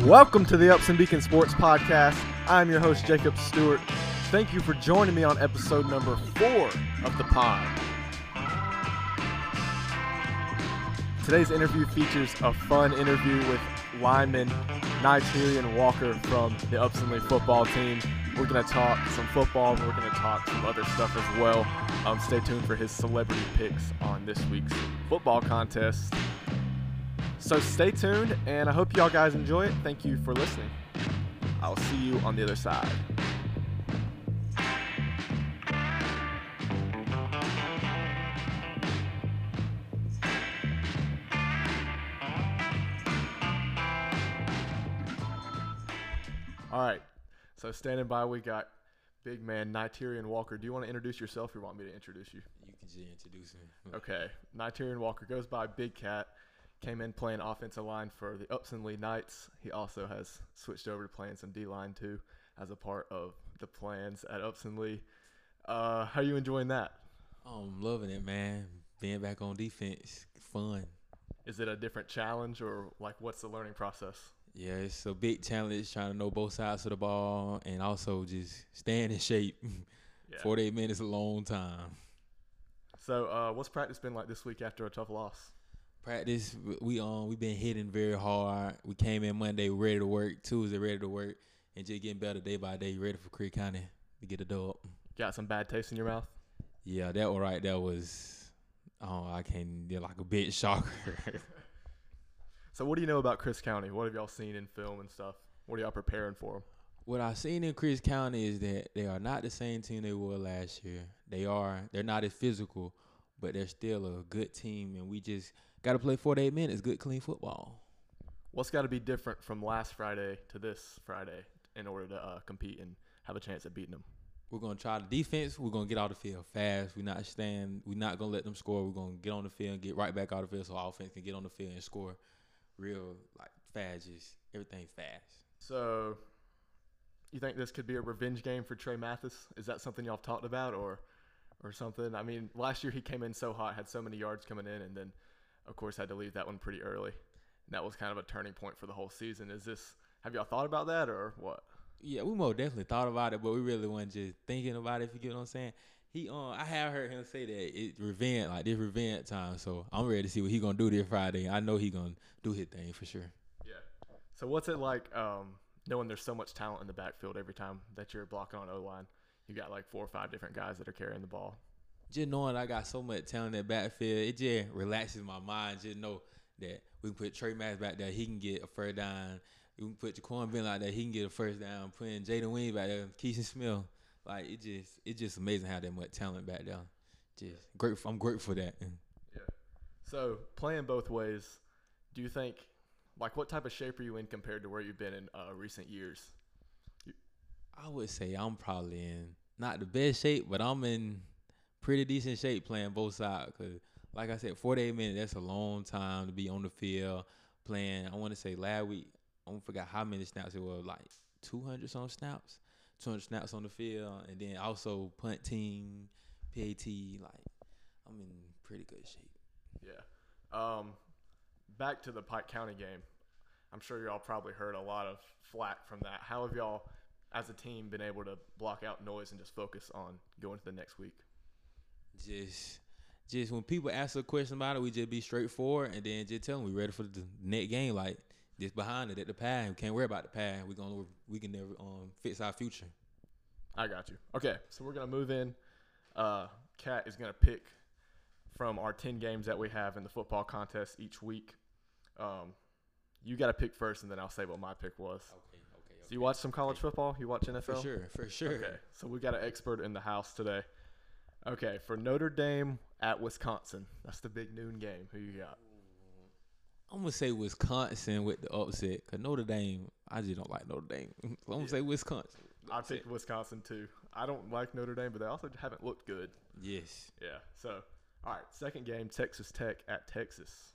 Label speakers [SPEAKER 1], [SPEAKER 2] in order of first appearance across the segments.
[SPEAKER 1] Welcome to the Ups and Beacon Sports Podcast. I'm your host, Jacob Stewart. Thank you for joining me on episode number four of The Pod. Today's interview features a fun interview with lineman Nigerian Walker from the Upsonley football team. We're going to talk some football, but we're going to talk some other stuff as well. Um, stay tuned for his celebrity picks on this week's football contest. So stay tuned, and I hope y'all guys enjoy it. Thank you for listening. I'll see you on the other side. All right. So standing by, we got big man Nigerian Walker. Do you want to introduce yourself, or you want me to introduce you?
[SPEAKER 2] You can just introduce me.
[SPEAKER 1] Okay. Nigerian Walker goes by Big Cat. Came in playing offensive line for the Upsonley Knights. He also has switched over to playing some D line too, as a part of the plans at Upsonley. Uh, how are you enjoying that?
[SPEAKER 2] I'm Um, loving it, man. Being back on defense, fun.
[SPEAKER 1] Is it a different challenge, or like what's the learning process?
[SPEAKER 2] Yeah, it's a big challenge trying to know both sides of the ball and also just staying in shape.
[SPEAKER 1] Yeah.
[SPEAKER 2] 48 minutes, a long time.
[SPEAKER 1] So, uh, what's practice been like this week after a tough loss?
[SPEAKER 2] Practice, w- we um, we've been hitting very hard. We came in Monday ready to work, Tuesday ready to work, and just getting better day by day, ready for Creek County to get the dub.
[SPEAKER 1] Got some bad taste in your mouth?
[SPEAKER 2] Yeah, that one right there was, oh, I can't, they're like a bit shocker.
[SPEAKER 1] So, what do you know about Chris County? What have y'all seen in film and stuff? What are y'all preparing for 'em?
[SPEAKER 2] What I've seen in Chris County is that they are not the same team they were last year. They are. They're not as physical, but they're still a good team, and we just got to play 48 minutes, good, clean football.
[SPEAKER 1] What's got to be different from last Friday to this Friday in order to uh, compete and have a chance at beating them?
[SPEAKER 2] We're gonna try the defense. We're gonna get out the field fast. We're not stand. We're not gonna let them score. We're gonna get on the field and get right back out of the field, so our offense can get on the field and score real like fast, just everything fast.
[SPEAKER 1] So, you think this could be a revenge game for Trey Mathis? Is that something y'all have talked about, or, or something? I mean, last year he came in so hot, had so many yards coming in, and then, of course, had to leave that one pretty early. And that was kind of a turning point for the whole season. Is this? Have y'all thought about that, or what?
[SPEAKER 2] Yeah, we most definitely thought about it, but we really wasn't just thinking about it. If you get what I'm saying, he um, I have heard him say that it revenge like this revenge time. So I'm ready to see what he gonna do this Friday. I know he gonna do his thing for sure.
[SPEAKER 1] Yeah. So what's it like um, knowing there's so much talent in the backfield every time that you're blocking on O line? You got like four or five different guys that are carrying the ball.
[SPEAKER 2] Just knowing I got so much talent at backfield, it just relaxes my mind. Just know that we can put Trey Max back there, he can get a first down. We can put Jaquan Bentley out there, he can get a first down. Putting Jaden Wing back there, Keeson Smith, like it just it's just amazing how that much talent back there. Just grateful. I'm grateful for that.
[SPEAKER 1] So playing both ways, do you think like what type of shape are you in compared to where you've been in uh, recent years?
[SPEAKER 2] I would say I'm probably in not the best shape, but I'm in pretty decent shape playing both sides. Cause like I said, 48 minutes that's a long time to be on the field playing. I want to say last week I don't forgot how many snaps it was, like 200 some snaps, 200 snaps on the field, and then also punt team, PAT. Like I'm in pretty good shape.
[SPEAKER 1] Yeah. Um, back to the Pike County game. I'm sure y'all probably heard a lot of flack from that. How have y'all, as a team, been able to block out noise and just focus on going to the next week?
[SPEAKER 2] just just when people ask a question about it, we just be straightforward and then just tell them we ready for the next game. Like this behind it at the pad, we can't worry about the pad. We gonna we can never um fix our future.
[SPEAKER 1] I got you. Okay, so we're gonna move in. Uh, Kat is gonna pick from our ten games that we have in the football contest each week. Um, you got to pick first, and then I'll say what my pick was.
[SPEAKER 2] Okay, okay,
[SPEAKER 1] So you watch some college football? You watch NFL?
[SPEAKER 2] for sure, for sure.
[SPEAKER 1] Okay, so we got an expert in the house today. Okay, for Notre Dame at Wisconsin, that's the big noon game. Who you got?
[SPEAKER 2] I'm gonna say Wisconsin with the upset, cause Notre Dame. I just don't like Notre Dame. So I'm gonna say Wisconsin.
[SPEAKER 1] I picked Wisconsin too. I don't like Notre Dame, but they also haven't looked good.
[SPEAKER 2] Yes,
[SPEAKER 1] Yeah. So, all right, second game: Texas Tech at Texas.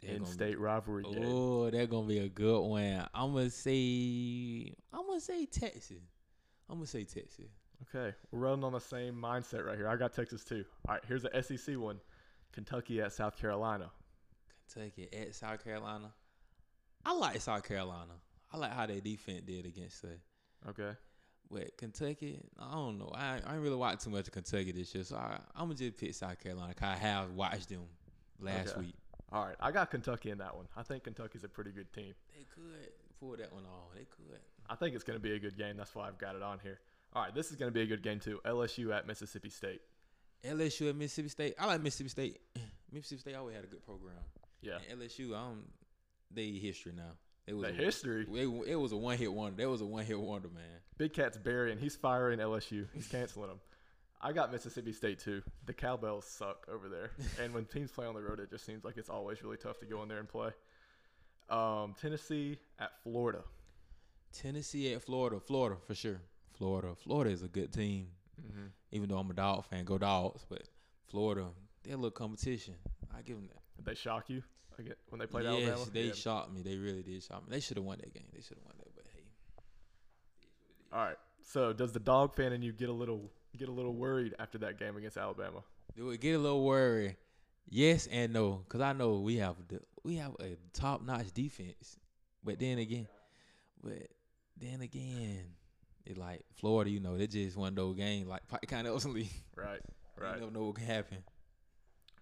[SPEAKER 2] They're gonna-
[SPEAKER 1] In-state rivalry game.
[SPEAKER 2] Oh, that's gonna be a good one. I'm gonna say, I'm gonna say Texas. I'm gonna say Texas.
[SPEAKER 1] Okay, we're running on the same mindset right here. I got Texas too. All right, here's E a SEC one: Kentucky at South Carolina.
[SPEAKER 2] Kentucky at South Carolina. I like South Carolina. I like how their defense did against us.
[SPEAKER 1] Okay.
[SPEAKER 2] But Kentucky, I don't know. I, I ain't really watched too much of Kentucky this year, so I, I'm gonna just pick South Carolina. 'cause I have watched them last
[SPEAKER 1] Okay.
[SPEAKER 2] week.
[SPEAKER 1] All right. I got Kentucky in that one. I think Kentucky's a pretty good team.
[SPEAKER 2] They could pull that one off. They could.
[SPEAKER 1] I think it's going to be a good game. That's why I've got it on here. All right. This is going to be a good game, too. LSU at Mississippi State.
[SPEAKER 2] LSU at Mississippi State. I like Mississippi State. Mississippi State always had a good program.
[SPEAKER 1] Yeah.
[SPEAKER 2] And LSU, I don't. They history now. It was
[SPEAKER 1] The
[SPEAKER 2] a-
[SPEAKER 1] history.
[SPEAKER 2] They, it was a one hit wonder. That was a one hit wonder, man.
[SPEAKER 1] Big Cat's burying. He's firing LSU. He's canceling them. I got Mississippi State too. The cowbells suck over there, and when teams play on the road, it just seems like it's always really tough to go in there and play. Um, Tennessee at Florida.
[SPEAKER 2] Tennessee at Florida. Florida for sure. Florida. Florida is a good team. Even though I'm a dog fan, go dogs. But Florida, they're a little competition. I give them that.
[SPEAKER 1] Did they shock you again when they played
[SPEAKER 2] yes,
[SPEAKER 1] Alabama?
[SPEAKER 2] they
[SPEAKER 1] Yeah.
[SPEAKER 2] shot me. They really did shot me. They should have won that game. They should have won that. But hey,
[SPEAKER 1] All right. So does the dog fan in you get a little get a little worried after that game against Alabama?
[SPEAKER 2] do it get a little worried? Yes and no, because I know we have the, we have a top notch defense. But then again, but then again, it like Florida. You know, they just won those game like kind of league.
[SPEAKER 1] Right.
[SPEAKER 2] You
[SPEAKER 1] Right.
[SPEAKER 2] never know what can happen.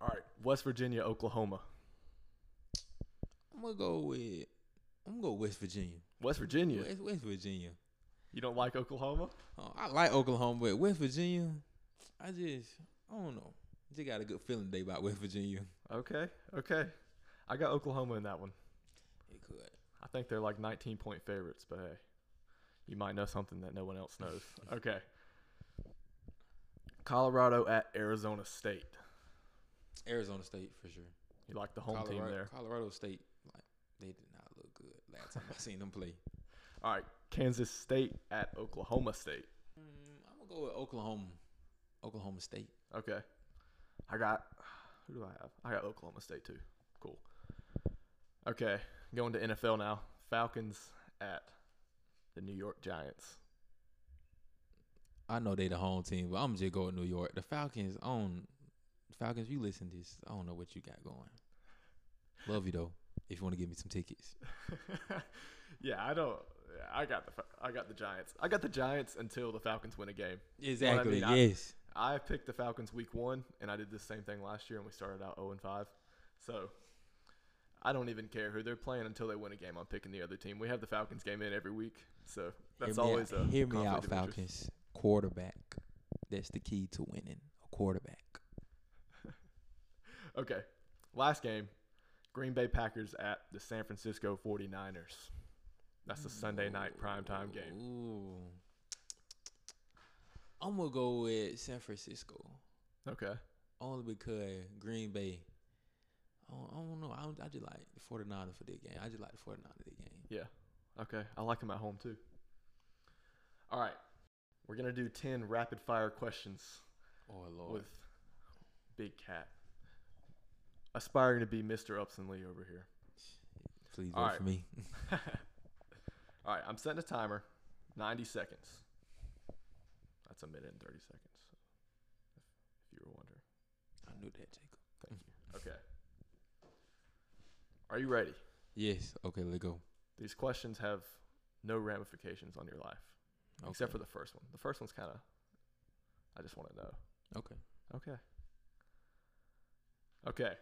[SPEAKER 1] All right. West Virginia, Oklahoma.
[SPEAKER 2] I'm gonna go with I'm gonna go West Virginia.
[SPEAKER 1] West Virginia.
[SPEAKER 2] West, West Virginia.
[SPEAKER 1] You don't like Oklahoma?
[SPEAKER 2] Uh, I like Oklahoma, but West Virginia, I just I don't know. Just got a good feeling today about West Virginia.
[SPEAKER 1] Okay. Okay. I got Oklahoma in that one.
[SPEAKER 2] It could.
[SPEAKER 1] I think they're like 19 point favorites, but hey, you might know something that no one else knows. okay. Colorado at Arizona State.
[SPEAKER 2] Arizona State for sure.
[SPEAKER 1] You like the home
[SPEAKER 2] Colorado,
[SPEAKER 1] team there.
[SPEAKER 2] Colorado State, like they did not look good last time I seen them play.
[SPEAKER 1] All right. Kansas State at Oklahoma State.
[SPEAKER 2] Mm, I'm gonna go with Oklahoma, Oklahoma State.
[SPEAKER 1] Okay. I got, who do I have? I got Oklahoma State too. Cool. Okay. Going to NFL now. Falcons at the New York Giants.
[SPEAKER 2] I know they the home team, but I'm just going to New York. The Falcons on Falcons. You listen to this. I don't know what you got going. Love you though. If you want to give me some tickets.
[SPEAKER 1] yeah, I don't. yeah, I got the Fa- I got the Giants. I got the Giants until the Falcons win a game.
[SPEAKER 2] Exactly.
[SPEAKER 1] mean, I-
[SPEAKER 2] yes.
[SPEAKER 1] I picked the Falcons week one, and I did the same thing last year, and we started out 0 and 5. So I don't even care who they're playing until they win a game. I'm picking the other team. We have the Falcons game in every week, so that's
[SPEAKER 2] hear me
[SPEAKER 1] always
[SPEAKER 2] out,
[SPEAKER 1] a
[SPEAKER 2] hear me
[SPEAKER 1] conflict
[SPEAKER 2] out,
[SPEAKER 1] of interest.
[SPEAKER 2] Falcons. Quarterback. That's the key to winning. A quarterback.
[SPEAKER 1] Okay, last game, Green Bay Packers at the San Francisco 49ers. That's the Sunday night primetime game.
[SPEAKER 2] Ooh. I'm gonna go with San Francisco
[SPEAKER 1] Okay,
[SPEAKER 2] only because Green Bay. I don't, I don't know. I, don't, I just like the 49ers for this game. I just like the 49ers for this game.
[SPEAKER 1] yeah, okay. I like them at home too. All right, we're gonna do 10 rapid fire questions.
[SPEAKER 2] Oh Lord.
[SPEAKER 1] with Big Cat. Aspiring to be Mr. Upson Lee over here.
[SPEAKER 2] Please vote
[SPEAKER 1] All
[SPEAKER 2] for
[SPEAKER 1] right.
[SPEAKER 2] me.
[SPEAKER 1] All right, I'm setting a timer 90 seconds. That's a minute and 30 seconds, if you were wondering.
[SPEAKER 2] I knew that, Jacob.
[SPEAKER 1] Thank you. Okay. Are you ready?
[SPEAKER 2] Yes. Okay, let go.
[SPEAKER 1] These questions have no ramifications on your life,
[SPEAKER 2] Okay.
[SPEAKER 1] except for the first one. The first one's kind of, I just want to know.
[SPEAKER 2] okay.
[SPEAKER 1] Okay. Okay.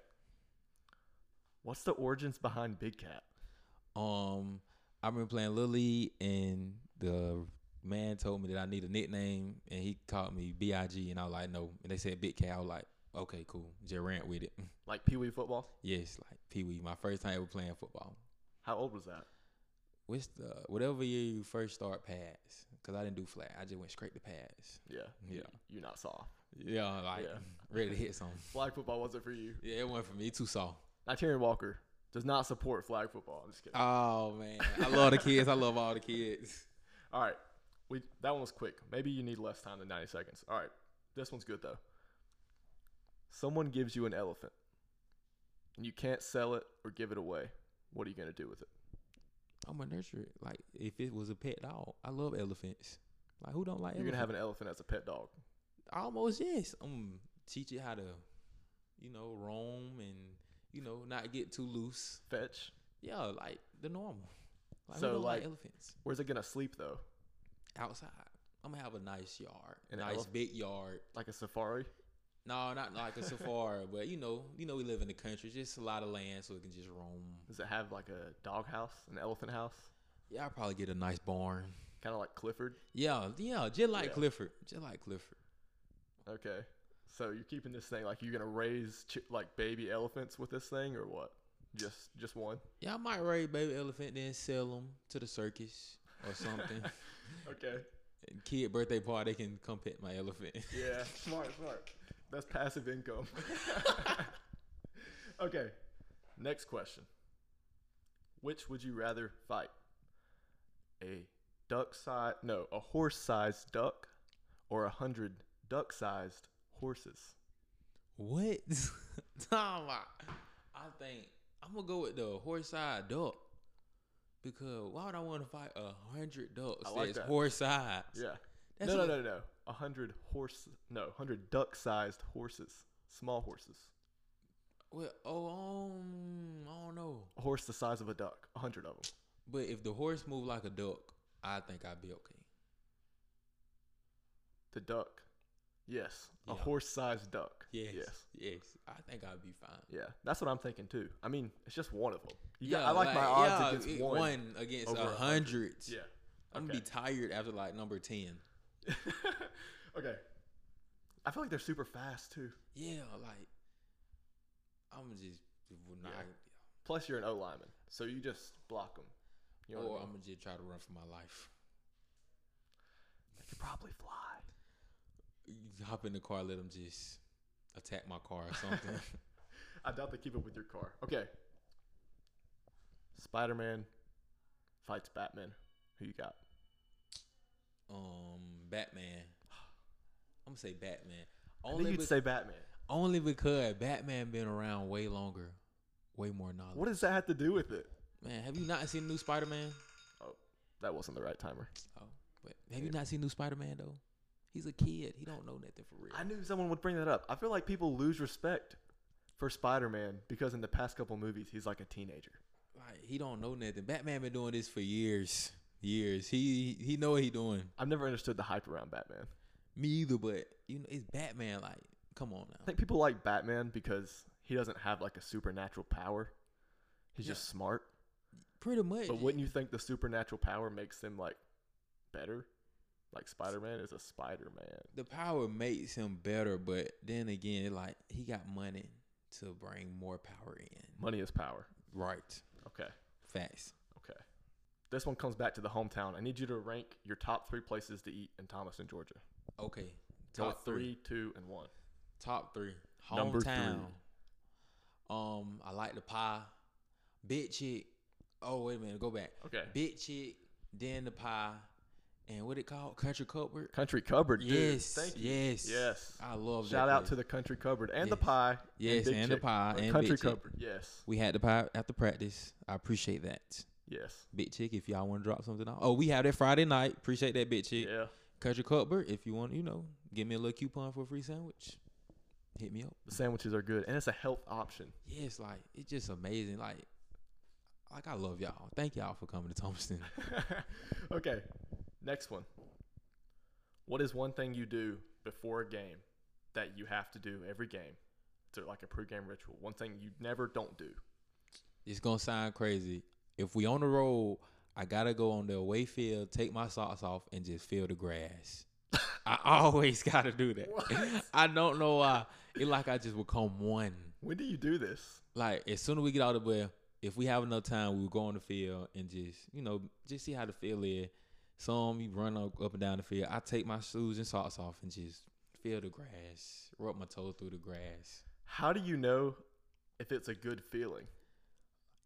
[SPEAKER 1] What's the origins behind Big Cat?
[SPEAKER 2] Um, I've been playing Little League, and the man told me that I need a nickname, and he called me Big, and I was like, no. And they said Big Cat. I was like, okay, cool. Just rant with it.
[SPEAKER 1] Like Pee Wee football?
[SPEAKER 2] yes, like Pee Wee, my first time ever playing football.
[SPEAKER 1] How old was that?
[SPEAKER 2] What's the whatever year you first start pads? Cause I didn't do flat. I just went straight to pads.
[SPEAKER 1] Yeah.
[SPEAKER 2] Yeah.
[SPEAKER 1] You not soft.
[SPEAKER 2] Yeah, like
[SPEAKER 1] Yeah.
[SPEAKER 2] ready to hit some.
[SPEAKER 1] Flag football wasn't for you.
[SPEAKER 2] Yeah, it went for me. Too soft.
[SPEAKER 1] Nigerian Walker does not support flag football. I'm just kidding.
[SPEAKER 2] Oh man, I love the kids. I love all the kids.
[SPEAKER 1] All right. We that one was quick. Maybe you need less time than 90 seconds. All right. This one's good though. Someone gives you an elephant and you can't sell it or give it away. What are you going to do with it?
[SPEAKER 2] I'm a nurturer. Like if it was a pet dog, I love elephants. Like who don't like?
[SPEAKER 1] You're going to have
[SPEAKER 2] elephants?
[SPEAKER 1] an elephant as a pet dog.
[SPEAKER 2] almost yes. Um, teach it how to, you know, roam and you know not get too loose.
[SPEAKER 1] Fetch.
[SPEAKER 2] Yeah, like the normal. Like,
[SPEAKER 1] So,
[SPEAKER 2] who don't like,
[SPEAKER 1] like-
[SPEAKER 2] elephants
[SPEAKER 1] Where's it gonna sleep though?
[SPEAKER 2] outside. I'm gonna have a nice yard,
[SPEAKER 1] An
[SPEAKER 2] nice
[SPEAKER 1] elephant-
[SPEAKER 2] big yard.
[SPEAKER 1] Like a safari?
[SPEAKER 2] No, not like a safari, but you know, you know, we live in the country. Just a lot of land, so it can just roam.
[SPEAKER 1] Does it have like a dog house, an elephant house?
[SPEAKER 2] Yeah, I'll probably get a nice barn.
[SPEAKER 1] Kind of like Clifford.
[SPEAKER 2] Yeah, yeah, just like
[SPEAKER 1] Yeah.
[SPEAKER 2] Clifford, just like Clifford.
[SPEAKER 1] Okay. So you're keeping this thing like you're gonna raise chi- like baby elephants with this thing or what? Just just one.
[SPEAKER 2] Yeah, I might raise baby elephant, then sell them to the circus or something.
[SPEAKER 1] Okay.
[SPEAKER 2] And Kid birthday party, they can come pet my elephant.
[SPEAKER 1] Yeah. smart, smart. That's passive income. okay. Next question. Which would you rather fight? A duck-sized no, a horse-sized duck or a hundred duck-sized horses?
[SPEAKER 2] What? Nah, I I think I'm gonna go with the horse-eyed duck because why would I want to fight a hundred ducks
[SPEAKER 1] I like
[SPEAKER 2] that's
[SPEAKER 1] that.
[SPEAKER 2] horse-eyed?
[SPEAKER 1] Yeah.
[SPEAKER 2] That's
[SPEAKER 1] no,
[SPEAKER 2] a-
[SPEAKER 1] no, no, no. A hundred horse, no, hundred duck-sized horses, small horses.
[SPEAKER 2] Well, oh, um, I don't know.
[SPEAKER 1] A horse the size of a duck, a hundred of them.
[SPEAKER 2] But if the horse moved like a duck, I think I'd be okay.
[SPEAKER 1] The duck, yes, a
[SPEAKER 2] Yeah.
[SPEAKER 1] horse-sized duck.
[SPEAKER 2] Yes, yes,
[SPEAKER 1] yes,
[SPEAKER 2] I think I'd be fine.
[SPEAKER 1] yeah. That's what I'm thinking too. I mean, it's just one of them. You got, I like, my odds
[SPEAKER 2] yeah,
[SPEAKER 1] against
[SPEAKER 2] it-
[SPEAKER 1] one.
[SPEAKER 2] against
[SPEAKER 1] over
[SPEAKER 2] a
[SPEAKER 1] 100.
[SPEAKER 2] hundred.
[SPEAKER 1] Yeah.
[SPEAKER 2] I'm gonna be tired after like number ten.
[SPEAKER 1] okay. I feel like they're super fast too.
[SPEAKER 2] Yeah, like I'm just would not.
[SPEAKER 1] Plus, you're an O lineman, so you just block them. You know what I
[SPEAKER 2] Or
[SPEAKER 1] mean?
[SPEAKER 2] I'm gonna just try to run for my life.
[SPEAKER 1] They could probably fly.
[SPEAKER 2] Hop in the car, let them just attack my car or something.
[SPEAKER 1] I doubt they keep up with your car. Okay. Spider Man fights Batman. Who you got?
[SPEAKER 2] um, Batman. I'm gonna say Batman.
[SPEAKER 1] I think
[SPEAKER 2] Only
[SPEAKER 1] you'd
[SPEAKER 2] be-
[SPEAKER 1] say Batman.
[SPEAKER 2] only because Batman been around way longer, way more knowledge.
[SPEAKER 1] What does that have to do with it?
[SPEAKER 2] Man, have you not seen new Spider Man?
[SPEAKER 1] Oh, that wasn't the right timer.
[SPEAKER 2] Oh, but have you not seen new Spider Man though? He's a kid. He don't know nothing for real.
[SPEAKER 1] I knew someone would bring that up. I feel like people lose respect for Spider Man because in the past couple movies, he's like a teenager.
[SPEAKER 2] like he don't know nothing. Batman been doing this for years, years. He he know what he doing.
[SPEAKER 1] I've never understood the hype around Batman.
[SPEAKER 2] Me either, but you know it's Batman. Like, come on
[SPEAKER 1] I
[SPEAKER 2] now.
[SPEAKER 1] think people like Batman because he doesn't have like a supernatural power. He's
[SPEAKER 2] Yeah.
[SPEAKER 1] just smart.
[SPEAKER 2] Pretty much.
[SPEAKER 1] But wouldn't you think the supernatural power makes him like better? Like Spider Man is a Spider Man.
[SPEAKER 2] the power makes him better, but then again, like he got money to bring more power in.
[SPEAKER 1] Money is power.
[SPEAKER 2] Right.
[SPEAKER 1] Okay.
[SPEAKER 2] Facts.
[SPEAKER 1] Okay. This one comes back to the hometown. I need you to rank your top three places to eat in Thomaston, Georgia.
[SPEAKER 2] Okay.
[SPEAKER 1] Go
[SPEAKER 2] Top
[SPEAKER 1] three,
[SPEAKER 2] three.
[SPEAKER 1] two, and one.
[SPEAKER 2] Top three.
[SPEAKER 1] Number three.
[SPEAKER 2] Hometown. Um, I like the pie. Big chick. Oh wait a minute, go back.
[SPEAKER 1] Okay.
[SPEAKER 2] Big chick, then the pie, and what it called? Country cupboard.
[SPEAKER 1] Country cupboard, dude.
[SPEAKER 2] Yes.
[SPEAKER 1] Thank you.
[SPEAKER 2] Yes.
[SPEAKER 1] Yes.
[SPEAKER 2] I love
[SPEAKER 1] Shout
[SPEAKER 2] that
[SPEAKER 1] out
[SPEAKER 2] place.
[SPEAKER 1] to the country cupboard and the
[SPEAKER 2] Yes.
[SPEAKER 1] pie.
[SPEAKER 2] Yes,
[SPEAKER 1] Big
[SPEAKER 2] and the
[SPEAKER 1] Chick.
[SPEAKER 2] pie
[SPEAKER 1] Or
[SPEAKER 2] and
[SPEAKER 1] country
[SPEAKER 2] Big Chick.
[SPEAKER 1] cupboard. Yes.
[SPEAKER 2] We had the pie after practice. I appreciate that.
[SPEAKER 1] Yes.
[SPEAKER 2] Big chick, if y'all want to drop something off. Oh, we have that Friday night. Appreciate that, big chick.
[SPEAKER 1] Yeah.
[SPEAKER 2] Country Cupboard, if you want, you know, give me a little coupon for a free sandwich. Hit me up.
[SPEAKER 1] The sandwiches are good, and it's a health option.
[SPEAKER 2] Yes, like it's just amazing. Like, like I love y'all. Thank y'all for coming to Thomaston.
[SPEAKER 1] okay. Next one. What is one thing you do before a game that you have to do every game? It's like a pregame ritual. One thing you never don't do.
[SPEAKER 2] It's gonna sound crazy. If we on the road, I gotta go on the away field, take my socks off, and just feel the grass. I always gotta do that. I don't know why. It like I just become one.
[SPEAKER 1] When do you do this?
[SPEAKER 2] Like as soon as we get out of the bed, if we have enough time, we'll go on the field and just you know just see how the field is. Some you run up, up and down the field. I take my shoes and socks off and just feel the grass, rub my toe through the grass.
[SPEAKER 1] How do you know if it's a good feeling?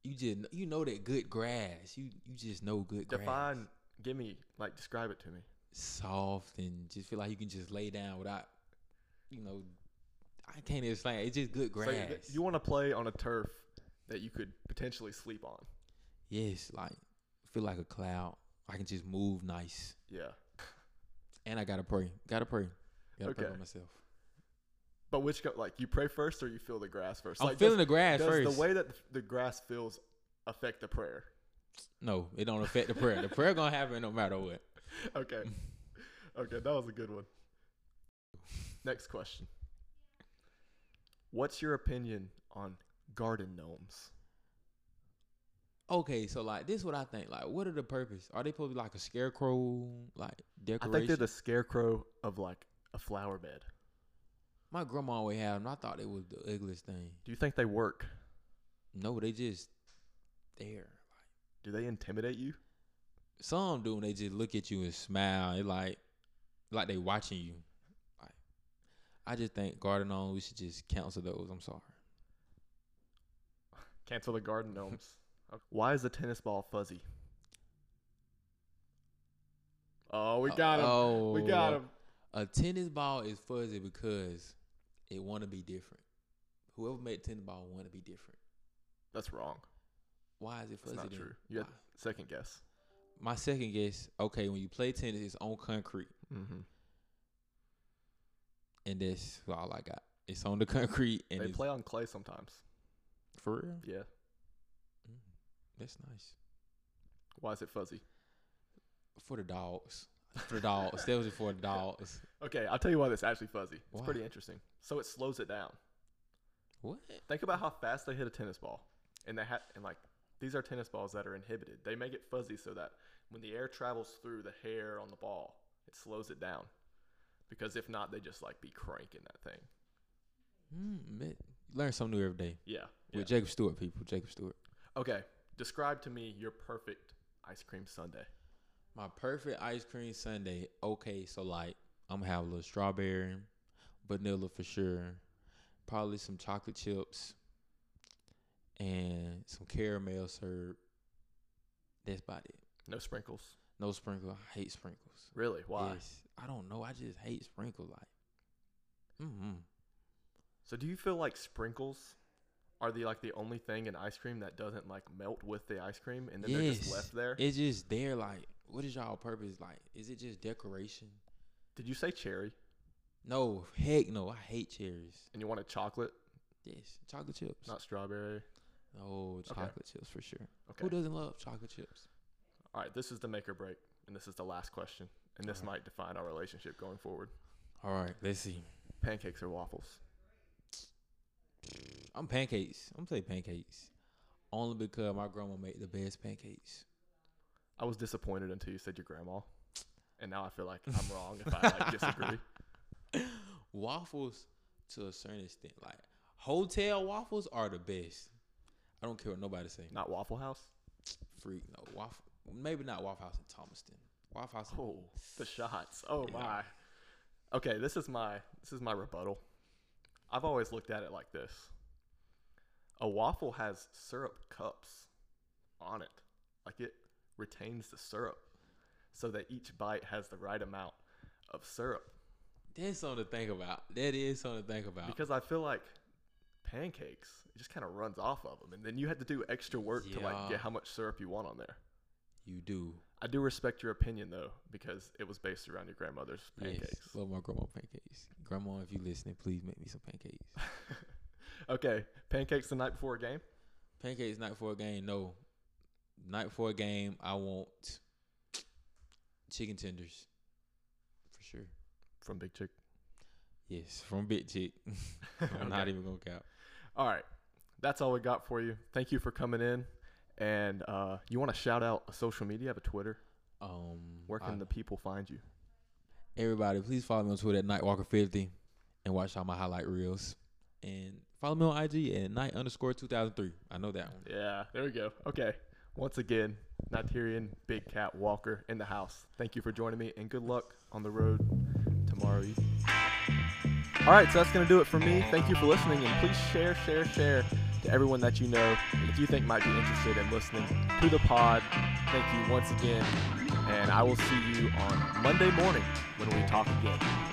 [SPEAKER 2] You just you know that good grass. You you just know good grass.
[SPEAKER 1] Define, give me, like, describe it to me.
[SPEAKER 2] soft and just feel like you can just lay down without, you know, I can't explain. It's just good
[SPEAKER 1] So
[SPEAKER 2] grass.
[SPEAKER 1] you- you want to play on a turf that you could potentially sleep on.
[SPEAKER 2] yes, like feel like a cloud. I can just move nice,
[SPEAKER 1] Yeah.
[SPEAKER 2] and I gotta pray. Gotta pray. Gotta pray
[SPEAKER 1] Okay.
[SPEAKER 2] by myself.
[SPEAKER 1] But which, go- like, you pray first or you feel the grass first?
[SPEAKER 2] I'm
[SPEAKER 1] like,
[SPEAKER 2] feeling
[SPEAKER 1] does-
[SPEAKER 2] the grass
[SPEAKER 1] does
[SPEAKER 2] first.
[SPEAKER 1] the way that the grass feels affect the prayer?
[SPEAKER 2] No, it don't affect the prayer. The prayer gonna happen no matter what.
[SPEAKER 1] Okay. Okay, that was a good one. Next question. What's your opinion on garden gnomes?
[SPEAKER 2] Okay, so like this is what I think. Like, what are the purpose? Are they supposed to be like a scarecrow, like
[SPEAKER 1] I
[SPEAKER 2] decoration?
[SPEAKER 1] think they're the scarecrow of like a flower bed.
[SPEAKER 2] My grandma always had them. I thought they was the ugliest thing.
[SPEAKER 1] Do you think they work?
[SPEAKER 2] No, they just there.
[SPEAKER 1] Do they intimidate you?
[SPEAKER 2] Some do. and They just look at you and smile. It like like they watching you. Like, I just think garden on. We should just cancel those. I'm sorry.
[SPEAKER 1] Cancel the garden gnomes. Why is the tennis ball fuzzy? Oh, we got him.
[SPEAKER 2] Oh,
[SPEAKER 1] we got him.
[SPEAKER 2] A tennis ball is fuzzy because it want to be different. Whoever made tennis ball want to be different.
[SPEAKER 1] That's wrong.
[SPEAKER 2] Why is it
[SPEAKER 1] That's
[SPEAKER 2] fuzzy?
[SPEAKER 1] not
[SPEAKER 2] then?
[SPEAKER 1] true. You had
[SPEAKER 2] Why?
[SPEAKER 1] second guess.
[SPEAKER 2] My second guess. Okay, when you play tennis, it's on concrete,
[SPEAKER 1] Mm-hmm.
[SPEAKER 2] and that's all I got. It's on the concrete, and
[SPEAKER 1] They
[SPEAKER 2] it's
[SPEAKER 1] play on clay sometimes.
[SPEAKER 2] for real.
[SPEAKER 1] Yeah.
[SPEAKER 2] Mm, that's nice
[SPEAKER 1] Why is it fuzzy?
[SPEAKER 2] for the dogs. For the dogs, that was it for the dogs.
[SPEAKER 1] Okay, I'll tell you why that's actually fuzzy. It's
[SPEAKER 2] Why?
[SPEAKER 1] pretty interesting. So it slows it down.
[SPEAKER 2] What?
[SPEAKER 1] Think about how fast they hit a tennis ball, and they ha- and like these are tennis balls that are inhibited. They make it fuzzy so that when the air travels through the hair on the ball, it slows it down. Because if not, they just like be cranking that thing.
[SPEAKER 2] Mm, man, you learn something new every day
[SPEAKER 1] Yeah.
[SPEAKER 2] with
[SPEAKER 1] yeah.
[SPEAKER 2] Jacob Stewart, people. Jacob Stewart.
[SPEAKER 1] okay. Describe to me your perfect ice cream sundae.
[SPEAKER 2] My perfect ice cream sundae. Okay, so like I'm gonna have a little strawberry, vanilla for sure, probably some chocolate chips, and some caramel syrup. That's about it.
[SPEAKER 1] No sprinkles.
[SPEAKER 2] No sprinkles. I hate sprinkles.
[SPEAKER 1] Really? Why?
[SPEAKER 2] Yes. I don't know. I just hate sprinkles. Like, mm-hmm.
[SPEAKER 1] So do you feel like sprinkles are the like the only thing in ice cream that doesn't like melt with the ice cream and then they're just
[SPEAKER 2] Yes.
[SPEAKER 1] left there?
[SPEAKER 2] it's just there. Like, what is y'all purpose? Like, is it just decoration?
[SPEAKER 1] Did you say cherry
[SPEAKER 2] No, heck no. I hate cherries.
[SPEAKER 1] and you wanted chocolate,
[SPEAKER 2] Yes, chocolate chips.
[SPEAKER 1] not strawberry?
[SPEAKER 2] Oh,
[SPEAKER 1] Okay.
[SPEAKER 2] chocolate chips for sure.
[SPEAKER 1] Okay.
[SPEAKER 2] Who doesn't love chocolate chips?
[SPEAKER 1] All right, this is the make or break, and this is the last question, and
[SPEAKER 2] Uh-huh.
[SPEAKER 1] this might define our relationship going forward.
[SPEAKER 2] All right, let's see.
[SPEAKER 1] Pancakes or waffles?
[SPEAKER 2] I'm pancakes. I'm saying pancakes, only because my grandma made the best pancakes.
[SPEAKER 1] I was disappointed until you said your grandma, and now I feel like I'm wrong if I like, disagree.
[SPEAKER 2] Waffles, to a certain extent, like hotel waffles are the best. I don't care what nobody say.
[SPEAKER 1] Not Waffle House.
[SPEAKER 2] Freak no waffle. Maybe not Waffle House in Thomaston. Waffle House. in-
[SPEAKER 1] Oh, the shots. Oh
[SPEAKER 2] Yeah.
[SPEAKER 1] my. Okay, this is my this is my rebuttal. I've always looked at it like this. A waffle has syrup cups on it. Like it retains the syrup so that each bite has the right amount of syrup.
[SPEAKER 2] That's something to think about. That is something to think about.
[SPEAKER 1] Because I feel like pancakes, it just kind of runs off of them and then you had to do extra work to like
[SPEAKER 2] Yeah.
[SPEAKER 1] get how much syrup you want on there.
[SPEAKER 2] you do.
[SPEAKER 1] I do respect your opinion though because it was based around your grandmother's pancakes.
[SPEAKER 2] Yes, love my grandma pancakes. Grandma, if you listening, please make me some pancakes.
[SPEAKER 1] okay, pancakes the night before a game.
[SPEAKER 2] Pancakes night for a game. No, night for a game. I want chicken tenders for sure.
[SPEAKER 1] From Big Chick.
[SPEAKER 2] Yes, from Big Chick. I'm not even gonna count.
[SPEAKER 1] All right, that's all we got for you. Thank you for coming in. And uh, you want to shout out a social media? Have a Twitter.
[SPEAKER 2] Um,
[SPEAKER 1] Where can
[SPEAKER 2] I-
[SPEAKER 1] the people find you?
[SPEAKER 2] everybody please follow me on Twitter at Nightwalker50 and watch all my highlight reels. And follow me on IG at night underscore 2003. I know that one.
[SPEAKER 1] Yeah, there we go. Okay, once again, Nigerian Big Cat Walker in the house. Thank you for joining me, and good luck on the road tomorrow. evening. All right, so that's gonna do it for me. Thank you for listening, and please share, share, share to everyone that you know that you think might be interested in listening to the pod. Thank you once again, and I will see you on Monday morning when we talk again.